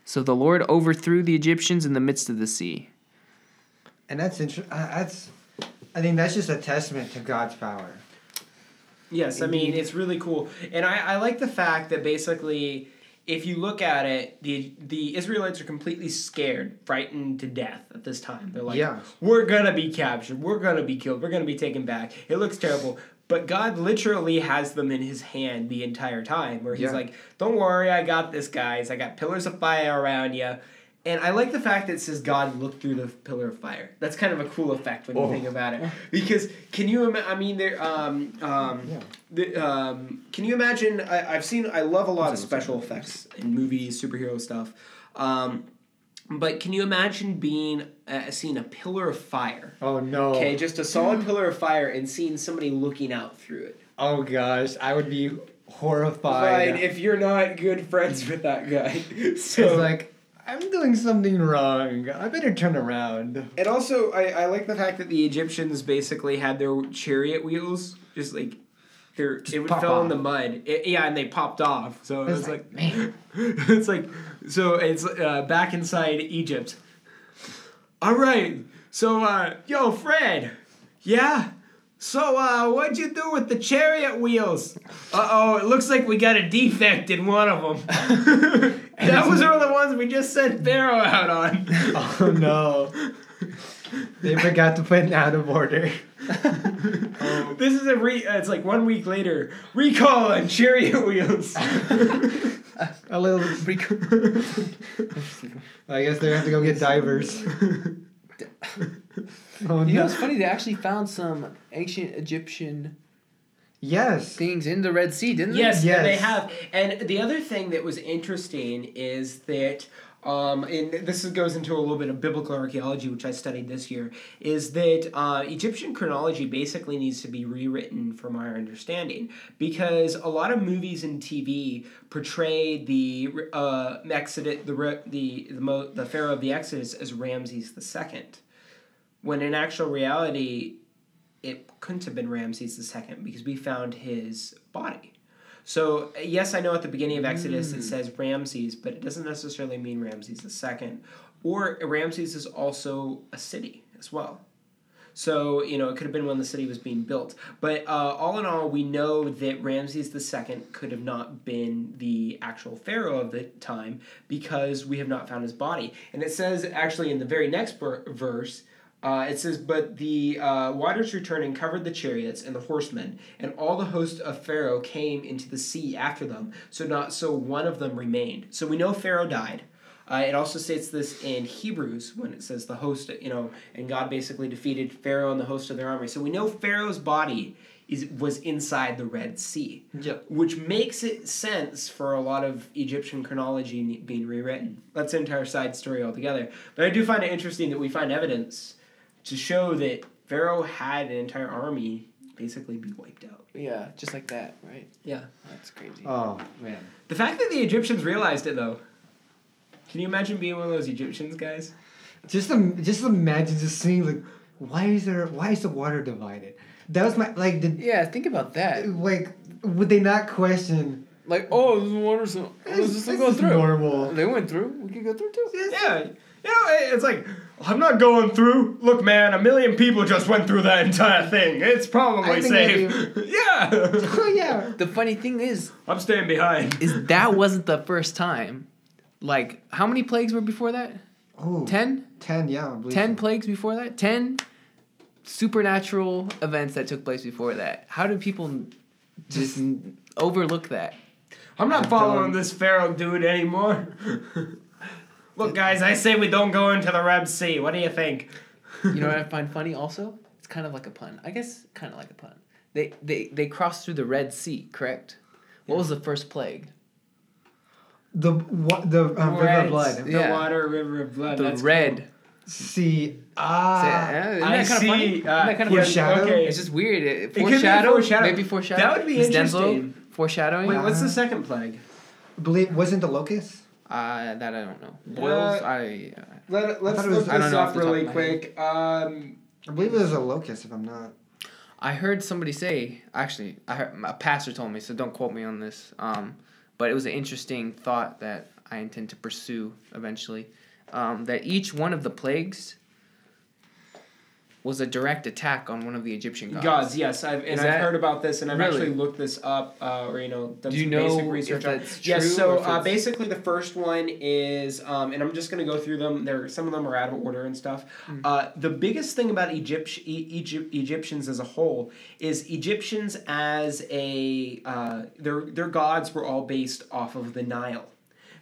[SPEAKER 3] So the Lord overthrew the Egyptians in the midst of the sea.
[SPEAKER 2] And that's interesting. Uh, that's, I think that's just a testament to God's power.
[SPEAKER 1] yes i mean it's really cool and I, I like the fact that basically if you look at it, the the Israelites are completely scared, frightened to death at this time. They're like,
[SPEAKER 2] Yeah.
[SPEAKER 1] "We're gonna be captured. We're gonna be killed. We're gonna be taken back. It looks terrible." But God literally has them in His hand the entire time, where He's
[SPEAKER 2] Yeah.
[SPEAKER 1] like, "Don't worry, I got this, guys. I got pillars of fire around you." And I like the fact that it says God looked through the pillar of fire. That's kind of a cool effect
[SPEAKER 2] Oh.
[SPEAKER 1] when you think about it, because can you? Ima- I mean, there. Um, um,
[SPEAKER 2] Yeah.
[SPEAKER 1] the, um, can you imagine? I, I've seen. I love a lot of special effects in movies, superhero stuff. Um, but can you imagine being uh, seeing a pillar of fire?
[SPEAKER 2] Oh no.
[SPEAKER 1] Okay, just a solid pillar of fire, and seeing somebody looking out through it.
[SPEAKER 2] Oh gosh, I would be horrified.
[SPEAKER 1] Fine, if you're not good friends with that guy. So
[SPEAKER 2] it's like I'm doing something wrong. I better turn around.
[SPEAKER 1] And also, I, I like the fact that the Egyptians basically had their chariot wheels just like their it would
[SPEAKER 2] pop
[SPEAKER 1] fell in
[SPEAKER 2] off.
[SPEAKER 1] the mud. It- yeah, and they popped off. So it
[SPEAKER 2] It's
[SPEAKER 1] was
[SPEAKER 2] like,
[SPEAKER 1] like, it's like so it's uh, back inside Egypt. All right, so uh, yo Fred, yeah. So uh, what'd you do with the chariot wheels? Uh oh, it looks like we got a defect in one of them. that was one of the ones we just sent Pharaoh out on.
[SPEAKER 2] Oh no. they forgot to put it out of order.
[SPEAKER 1] This is a re. Uh, it's like one week later. Recall on chariot wheels.
[SPEAKER 2] A little. I guess they have to go get divers. Oh
[SPEAKER 3] You know, it's
[SPEAKER 2] no.
[SPEAKER 3] funny. They actually found some ancient Egyptian
[SPEAKER 2] Yes.
[SPEAKER 3] things in the Red Sea, didn't they?
[SPEAKER 1] yes,
[SPEAKER 2] Yes.
[SPEAKER 1] they have. And the other thing that was interesting is that. Um, and this is- goes into a little bit of biblical archaeology, which I studied this year, is that uh, Egyptian chronology basically needs to be rewritten from our understanding because a lot of movies and TV portray the uh, Exodus, the, re- the the mo- the Pharaoh of the Exodus as Ramses the Second. when in actual reality, it couldn't have been Ramses II because we found his body. So, yes, I know at the beginning of Exodus it says Ramses, but it doesn't necessarily mean Ramses II. Or Ramses is also a city as well. So, you know, it could have been when the city was being built. But uh, all in all, we know that Ramses II could have not been the actual pharaoh of the time because we have not found his body. And it says, actually, in the very next ver- verse, uh, it says, But the uh, waters returned and covered the chariots and the horsemen, and all the host of Pharaoh came into the sea after them, so not so one of them remained. So we know Pharaoh died. Uh, it also states this in Hebrews when it says the host, you know, and God basically defeated Pharaoh and the host of their army. So we know Pharaoh's body is was inside the Red Sea,
[SPEAKER 2] Yep.
[SPEAKER 1] which makes it sense for a lot of Egyptian chronology ne- being rewritten. That's an entire side story altogether. But I do find it interesting that we find evidence to show that Pharaoh had an entire army basically be wiped out.
[SPEAKER 3] Yeah, just like that, right?
[SPEAKER 1] Yeah.
[SPEAKER 3] That's crazy.
[SPEAKER 2] Oh man.
[SPEAKER 1] The fact that the Egyptians realized it though. Can you imagine being one of those Egyptians guys?
[SPEAKER 2] Just Im- just imagine just seeing like, why is there why is the water divided? That was my like did
[SPEAKER 3] yeah, think about that.
[SPEAKER 2] like would they not question?
[SPEAKER 3] Like, oh, the water's oh,
[SPEAKER 2] This,
[SPEAKER 3] this, this
[SPEAKER 2] this
[SPEAKER 3] go
[SPEAKER 2] is
[SPEAKER 3] through.
[SPEAKER 2] normal.
[SPEAKER 3] They went through. We could go through too.
[SPEAKER 1] Yeah, you know, it- it's like I'm not going through. Look, man, a million people just went through that entire thing. It's
[SPEAKER 2] I
[SPEAKER 1] probably
[SPEAKER 2] think I
[SPEAKER 1] safe. yeah,
[SPEAKER 2] Oh yeah.
[SPEAKER 3] The funny thing is,
[SPEAKER 1] I'm staying behind.
[SPEAKER 3] is that wasn't the first time. Like, how many plagues were before that?
[SPEAKER 2] Oh,
[SPEAKER 3] Ten?
[SPEAKER 2] Ten, yeah. I believe
[SPEAKER 3] Ten
[SPEAKER 2] so.
[SPEAKER 3] plagues before that? Ten supernatural events that took place before that. How do people just n- overlook that?
[SPEAKER 1] I'm not following this Pharaoh dude anymore. Look, guys, I say we don't go into the Red Sea. What do you think?
[SPEAKER 3] You know what I find funny also? It's kind of like a pun. I guess kind of like a pun. They they they crossed through the Red Sea, correct? What was the first plague?
[SPEAKER 2] The wa- the um, river of
[SPEAKER 1] Reds,
[SPEAKER 2] blood.
[SPEAKER 1] The
[SPEAKER 3] Yeah.
[SPEAKER 1] water, river of blood.
[SPEAKER 3] The
[SPEAKER 1] that's
[SPEAKER 3] red.
[SPEAKER 2] See ah.
[SPEAKER 3] Say, eh, isn't
[SPEAKER 1] I
[SPEAKER 3] that kind of
[SPEAKER 1] see,
[SPEAKER 3] funny? Isn't
[SPEAKER 1] uh,
[SPEAKER 3] that kind of
[SPEAKER 1] yeah,
[SPEAKER 2] foreshadow?
[SPEAKER 1] okay.
[SPEAKER 3] It's just weird. It,
[SPEAKER 1] could be a
[SPEAKER 3] foreshadow,
[SPEAKER 1] foreshadow.
[SPEAKER 3] Maybe foreshadow.
[SPEAKER 1] That would be
[SPEAKER 3] Miss Denslow,
[SPEAKER 1] interesting.
[SPEAKER 3] foreshadowing.
[SPEAKER 1] Wait, what's the second plague?
[SPEAKER 2] Believe wasn't the locust?
[SPEAKER 3] Uh, that I don't know. Boils. I. Uh,
[SPEAKER 1] Let,
[SPEAKER 2] let's it was- look
[SPEAKER 3] I don't this know off up the top really of my head.
[SPEAKER 1] Um,
[SPEAKER 2] I believe it was a locust. If I'm not.
[SPEAKER 3] I heard somebody say. Actually, I heard a pastor told me. So don't quote me on this. Um, but it was an interesting thought that I intend to pursue eventually. Um, that each one of the plagues was a direct attack on one of the Egyptian gods.
[SPEAKER 1] Gods, yes, I've and
[SPEAKER 3] Is
[SPEAKER 1] I've
[SPEAKER 3] that-
[SPEAKER 1] heard about this, and I've
[SPEAKER 3] Really?
[SPEAKER 1] actually looked this up, uh, or you know, done
[SPEAKER 3] Do you
[SPEAKER 1] some
[SPEAKER 3] know
[SPEAKER 1] basic
[SPEAKER 3] if
[SPEAKER 1] research on.
[SPEAKER 3] that's true
[SPEAKER 1] Yes,
[SPEAKER 3] or
[SPEAKER 1] so
[SPEAKER 3] if
[SPEAKER 1] uh,
[SPEAKER 3] it's-
[SPEAKER 1] basically the first one is, um, and I'm just gonna go through them. There, some of them are out of order and stuff.
[SPEAKER 3] Hmm.
[SPEAKER 1] Uh, the biggest thing about Egypt, e- Egypt, Egyptians as a whole is Egyptians as a uh, their their gods were all based off of the Nile,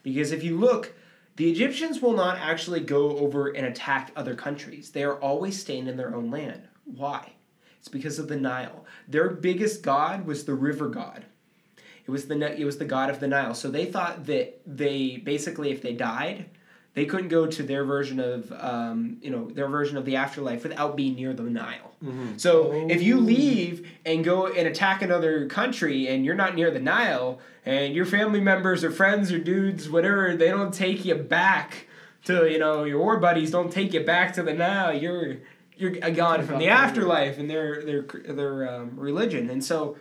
[SPEAKER 1] because if you look. The Egyptians will not actually go over and attack other countries. They are always staying in their own land. Why? It's because of the Nile. Their biggest god was the river god. It was the Ni- it was the god of the Nile. So they thought that they basically if they died, they couldn't go to their version of um, you know their version of the afterlife without being near the Nile. So if you leave and go and attack another country and you're not near the Nile and your family members or friends or dudes whatever they don't take you back to you know your war buddies don't take you back to the Nile you're you're a god from the afterlife and their their their um, religion and so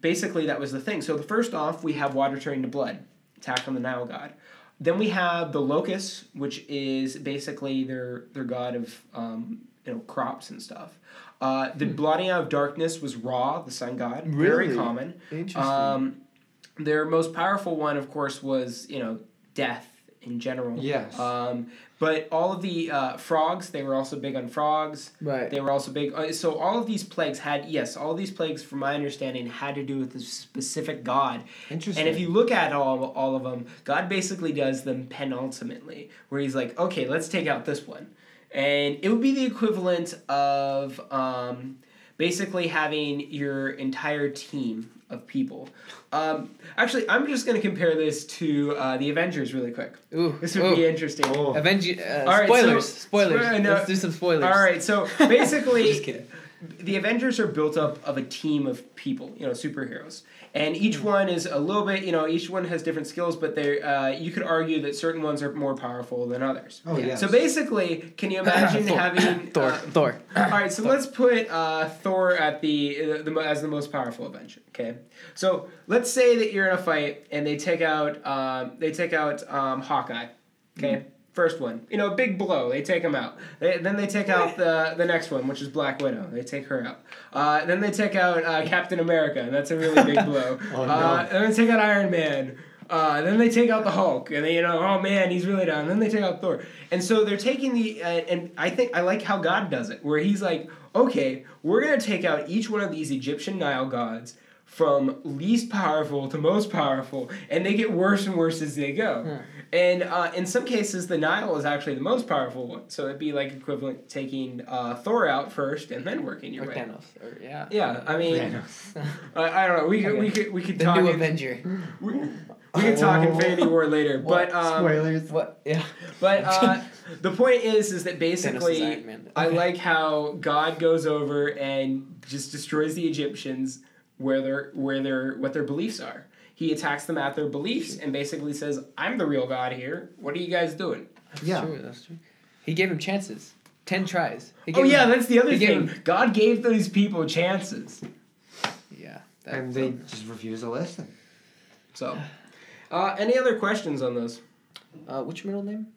[SPEAKER 1] basically that was the thing. So the first off, we have water turning to blood, attack on the Nile god. Then we have the locust, which is basically their their god of um, you know crops and stuff. Uh, the blotting out of darkness was Ra, the sun god,
[SPEAKER 3] Really?
[SPEAKER 1] very common.
[SPEAKER 3] Interesting.
[SPEAKER 1] Um, their most powerful one, of course, was you know death in general.
[SPEAKER 2] Yes.
[SPEAKER 1] Um, but all of the uh, frogs, they were also big on frogs.
[SPEAKER 3] Right.
[SPEAKER 1] They were also big. uh, So all of these plagues had yes, all these plagues, from my understanding, had to do with a specific god.
[SPEAKER 2] Interesting.
[SPEAKER 1] And if you look at all all of them, God basically does them penultimately, where He's like, okay, let's take out this one, and it would be the equivalent of um, basically having your entire team of people. Um, actually, I'm just gonna compare this to uh, the Avengers really quick.
[SPEAKER 3] Ooh,
[SPEAKER 1] This would
[SPEAKER 3] ooh.
[SPEAKER 1] be interesting.
[SPEAKER 3] Avenge- uh,
[SPEAKER 1] All right, so-
[SPEAKER 3] spoilers. spoilers.
[SPEAKER 1] Spoiler- no.
[SPEAKER 3] Let's do some spoilers.
[SPEAKER 1] All right, so
[SPEAKER 3] Just
[SPEAKER 1] basically,
[SPEAKER 3] kidding.
[SPEAKER 1] the Avengers are built up of a team of people, you know, superheroes, and each
[SPEAKER 3] Hmm.
[SPEAKER 1] one is a little bit, you know, each one has different skills, but they, uh, you could argue that certain ones are more powerful than others.
[SPEAKER 2] Oh, yes.
[SPEAKER 1] So basically, can you imagine
[SPEAKER 3] Thor.
[SPEAKER 1] having
[SPEAKER 3] Thor.
[SPEAKER 1] uh,
[SPEAKER 3] Thor.
[SPEAKER 1] all right, so let's put uh, Thor at the, uh, the mo- as the most powerful Avenger. Okay, so let's say that you're in a fight and they take out um, they take out um, Hawkeye. Okay,
[SPEAKER 2] Hmm.
[SPEAKER 1] first one, you know, big blow. They take him out. They, then they take out the the next one, which is Black Widow. They take her out. Uh, then they take out uh, Captain America, and that's a really big blow.
[SPEAKER 2] Oh, no.
[SPEAKER 1] uh, then they take out Iron Man. Uh, then they take out the Hulk, and they, you know, oh man, he's really down. Then they take out Thor, and so they're taking the, uh, and I think I like how God does it, where he's like, okay, we're gonna take out each one of these Egyptian Nile gods from least powerful to most powerful, and they get worse and worse as they go.
[SPEAKER 3] Hmm.
[SPEAKER 1] And uh, in some cases, the Nile is actually the most powerful one, so it'd be like equivalent to taking uh, Thor out first and then working your
[SPEAKER 3] Or
[SPEAKER 1] way.
[SPEAKER 3] Thanos. Or, yeah.
[SPEAKER 1] Yeah, I mean, I, I don't know. We could, we could, we could
[SPEAKER 3] The
[SPEAKER 1] talk.
[SPEAKER 3] new
[SPEAKER 1] in-
[SPEAKER 3] Avenger.
[SPEAKER 1] we, we can talk
[SPEAKER 2] Oh.
[SPEAKER 1] Infinity War later, but um,
[SPEAKER 2] Spoilers.
[SPEAKER 3] What? Yeah.
[SPEAKER 1] but uh, the point is, is that
[SPEAKER 3] Thanos is Iron
[SPEAKER 1] basically,
[SPEAKER 3] Man.
[SPEAKER 1] I like how God goes over and just destroys the Egyptians where their where their what their beliefs are. He attacks them at their beliefs and basically says, "I'm the real God here. What are you guys doing?"
[SPEAKER 2] Yeah.
[SPEAKER 3] True, that's true. He gave him chances. Ten tries. He
[SPEAKER 1] Oh
[SPEAKER 3] gave
[SPEAKER 1] yeah,
[SPEAKER 3] him-
[SPEAKER 1] that's the other
[SPEAKER 3] he
[SPEAKER 1] thing.
[SPEAKER 3] gave-
[SPEAKER 1] God gave these people chances.
[SPEAKER 3] yeah. That,
[SPEAKER 2] And they just refuse to listen.
[SPEAKER 1] So, uh, any other questions on those?
[SPEAKER 3] uh, what's your middle name?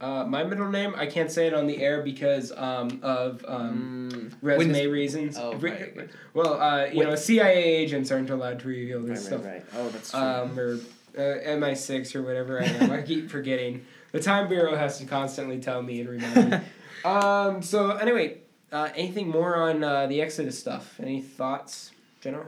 [SPEAKER 1] Uh, my middle name, I can't say it on the air because um, of um, resume
[SPEAKER 3] Mm. Witness-
[SPEAKER 1] reasons.
[SPEAKER 3] Oh,
[SPEAKER 1] Re-
[SPEAKER 3] right, right.
[SPEAKER 1] Well, uh, you know, CIA agents aren't allowed to reveal
[SPEAKER 3] Right,
[SPEAKER 1] this
[SPEAKER 3] right,
[SPEAKER 1] stuff.
[SPEAKER 3] right. Oh, that's true.
[SPEAKER 1] Um, or uh, MI6 or whatever I am. I keep forgetting. The Time Bureau has to constantly tell me and remind me. um, so, anyway, uh, anything more on uh, the Exodus stuff? Any thoughts, General?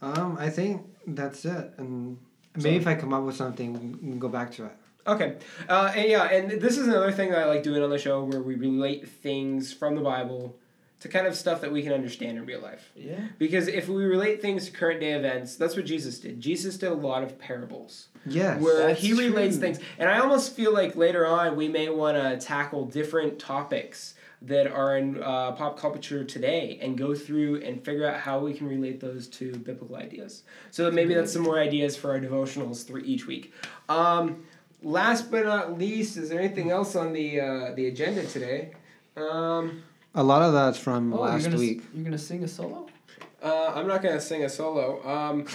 [SPEAKER 2] Um, I think that's it. And maybe if I come up with something, we can go back to it.
[SPEAKER 1] Okay. Uh, and yeah, and this is another thing that I like doing on the show where we relate things from the Bible to kind of stuff that we can understand in real life.
[SPEAKER 3] yeah.
[SPEAKER 1] Because if we relate things to current day events, that's what Jesus did. Jesus did a lot of parables
[SPEAKER 2] Yes.
[SPEAKER 1] where
[SPEAKER 3] That's
[SPEAKER 1] he relates
[SPEAKER 3] true.
[SPEAKER 1] things. And I almost feel like later on we may want to tackle different topics that are in uh, pop culture today and go through and figure out how we can relate those to biblical ideas. So maybe that's some more ideas for our devotionals through each week. Um, last but not least, is there anything else on the uh, the agenda today? Um,
[SPEAKER 2] A lot of that's from
[SPEAKER 3] Oh,
[SPEAKER 2] last
[SPEAKER 3] you're gonna,
[SPEAKER 2] week.
[SPEAKER 3] You're gonna sing a solo?
[SPEAKER 1] Uh, I'm not gonna sing a solo. Um,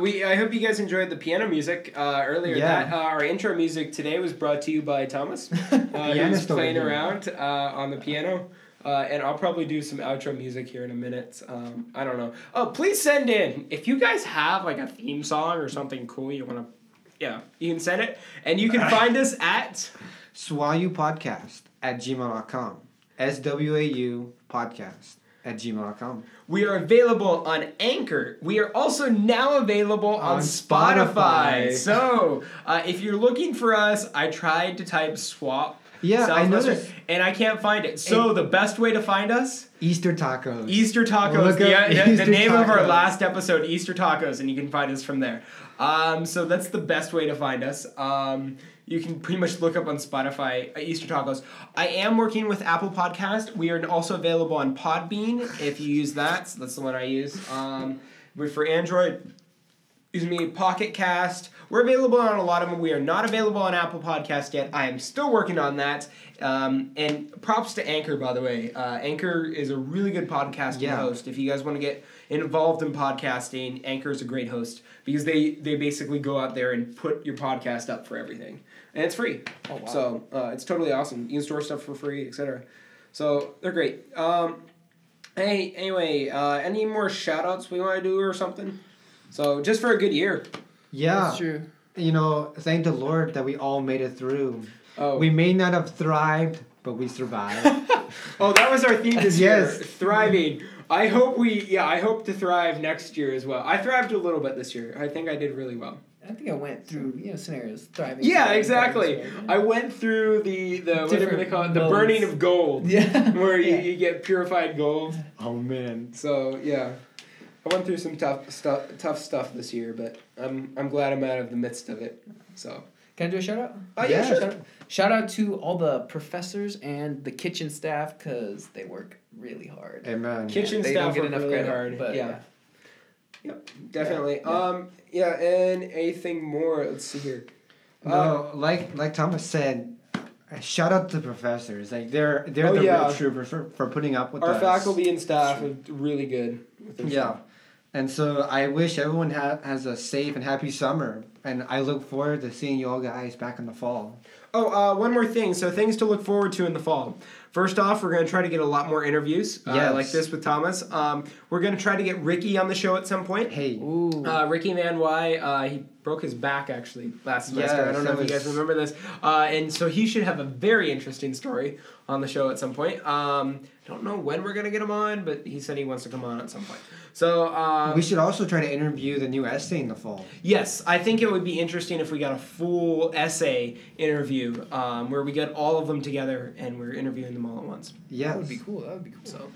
[SPEAKER 1] we I hope you guys enjoyed the piano music uh, earlier.
[SPEAKER 2] Yeah.
[SPEAKER 1] That uh, our intro music today was brought to you by Thomas. Uh, he was
[SPEAKER 2] Pianist over
[SPEAKER 1] playing
[SPEAKER 2] here.
[SPEAKER 1] around uh, on the piano. Uh, and I'll probably do some outro music here in a minute. Um, I don't know. Oh, please send in if you guys have like a theme song or something cool you want to. Yeah, you can send it, and you can find us at.
[SPEAKER 2] Swayu podcast at gmail.com. S W A U podcast at gmail.com.
[SPEAKER 1] We are available on Anchor. We are also now available on,
[SPEAKER 2] On
[SPEAKER 1] Spotify.
[SPEAKER 2] Spotify.
[SPEAKER 1] So, uh, if you're looking for us, I tried to type swap.
[SPEAKER 2] Yeah, I
[SPEAKER 1] Southwestern,
[SPEAKER 2] noticed.
[SPEAKER 1] And I can't find it. So, the best way to find us
[SPEAKER 2] Easter tacos.
[SPEAKER 1] Easter Tacos.
[SPEAKER 2] Look
[SPEAKER 1] the, uh,
[SPEAKER 2] up
[SPEAKER 1] the- the
[SPEAKER 2] Easter
[SPEAKER 1] name of our
[SPEAKER 2] Tacos.
[SPEAKER 1] last episode, Easter Tacos, and you can find us from there. Um, so that's the best way to find us. Um, you can pretty much look up on Spotify uh, Easter Tacos. I am working with Apple Podcast. We are also available on Podbean if you use that. So that's the one I use. Um, but for Android, excuse me, Pocket Cast. We're available on a lot of them. We are not available on Apple Podcast yet. I am still working on that. Um, and props to Anchor, by the way. Uh, Anchor is a really good podcasting
[SPEAKER 2] Yeah.
[SPEAKER 1] host. If you guys want to get involved in podcasting, Anchor is a great host because they they basically go out there and put your podcast up for everything, and it's free. Oh, wow. So uh, it's totally awesome. You can store stuff for free, etc. So they're great. Um, hey, anyway, uh, any more shout outs we want to do or something? So just for a good year.
[SPEAKER 2] Yeah.
[SPEAKER 3] That's true.
[SPEAKER 2] You know, thank the Lord that we all made it through.
[SPEAKER 1] Oh,
[SPEAKER 2] We may not have thrived, but we survived.
[SPEAKER 1] oh, that was our theme this
[SPEAKER 2] Yes.
[SPEAKER 1] year. Thriving. I hope we, yeah, I hope to thrive next year as well. I thrived a little bit this year. I think I did really well.
[SPEAKER 3] I think I went through you know scenarios thriving.
[SPEAKER 1] Yeah,
[SPEAKER 3] thriving,
[SPEAKER 1] exactly.
[SPEAKER 3] thriving,
[SPEAKER 1] I went through the the whatever they
[SPEAKER 3] Different
[SPEAKER 1] call it, the
[SPEAKER 3] modes.
[SPEAKER 1] burning of gold,
[SPEAKER 3] Yeah.
[SPEAKER 1] where you,
[SPEAKER 3] Yeah.
[SPEAKER 1] you get purified gold.
[SPEAKER 2] oh, man.
[SPEAKER 1] So yeah, I went through some tough stuff, tough stuff this year, but I'm I'm glad I'm out of the midst of it. So
[SPEAKER 3] Can I do a shout out?
[SPEAKER 1] Oh, yeah, sure.
[SPEAKER 3] Shout out, shout out to all the professors and the kitchen staff because they work really hard.
[SPEAKER 2] Amen.
[SPEAKER 1] kitchen
[SPEAKER 3] They don't
[SPEAKER 1] staff
[SPEAKER 3] get
[SPEAKER 1] work
[SPEAKER 3] enough
[SPEAKER 1] really
[SPEAKER 3] credit,
[SPEAKER 1] hard.
[SPEAKER 3] but
[SPEAKER 1] yeah.
[SPEAKER 3] yeah.
[SPEAKER 1] Yep, definitely.
[SPEAKER 3] yeah.
[SPEAKER 1] Um, yeah, and anything more? Let's see here. Um,
[SPEAKER 2] No, Oh, like like Thomas said, uh, shout out to the professors. Like they're they're
[SPEAKER 1] Oh,
[SPEAKER 2] the
[SPEAKER 1] yeah.
[SPEAKER 2] real troopers for, for putting up with
[SPEAKER 1] Our
[SPEAKER 2] us.
[SPEAKER 1] faculty and staff are really good. With their
[SPEAKER 2] Yeah. And so I wish everyone ha- has a safe and happy summer. And I look forward to seeing you all guys back in the fall.
[SPEAKER 1] Oh, uh, one more thing. So things to look forward to in the fall. First off, we're going to try to get a lot more interviews. uh,
[SPEAKER 2] Yes.
[SPEAKER 1] like this with Thomas. Um, we're going to try to get Ricky on the show at some point.
[SPEAKER 2] Hey,
[SPEAKER 3] Ooh.
[SPEAKER 1] Uh, Ricky Van Y, uh, he broke his back actually last semester.
[SPEAKER 2] Yeah,
[SPEAKER 1] I don't
[SPEAKER 2] so
[SPEAKER 1] know if you guys
[SPEAKER 2] it's-
[SPEAKER 1] remember this. Uh, and so he should have a very interesting story on the show at some point. Um, don't know when we're gonna get him on, but he said he wants to come on at some point. So um,
[SPEAKER 2] we should also try to interview the new essay in the fall.
[SPEAKER 1] Yes, I think it would be interesting if we got a full essay interview um, where we get all of them together and we're interviewing them all at once.
[SPEAKER 2] Yes.
[SPEAKER 3] that would be cool. That would be cool. So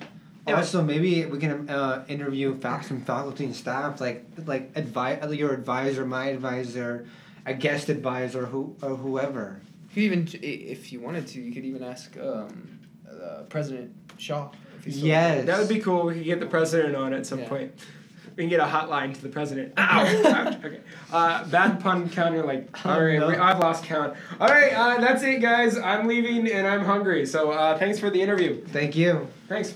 [SPEAKER 1] Anyway.
[SPEAKER 2] Also, maybe we can uh, interview fac- some faculty and staff, like like advi- uh, your advisor, my advisor, a guest advisor, who or whoever.
[SPEAKER 3] you could even i- if you wanted to, you could even ask um, uh, President Shaw. If he's still-
[SPEAKER 2] Yes,
[SPEAKER 1] That would be cool. We could get the president on at some
[SPEAKER 3] Yeah.
[SPEAKER 1] point. We can get a hotline to the president. Ow! Ouch. Okay. Uh, bad pun counter. Like, all right, we,
[SPEAKER 2] Oh, no.
[SPEAKER 1] I've lost count. All right, uh, that's it, guys. I'm leaving and I'm hungry. So uh, thanks for the interview.
[SPEAKER 2] Thank you.
[SPEAKER 1] Thanks.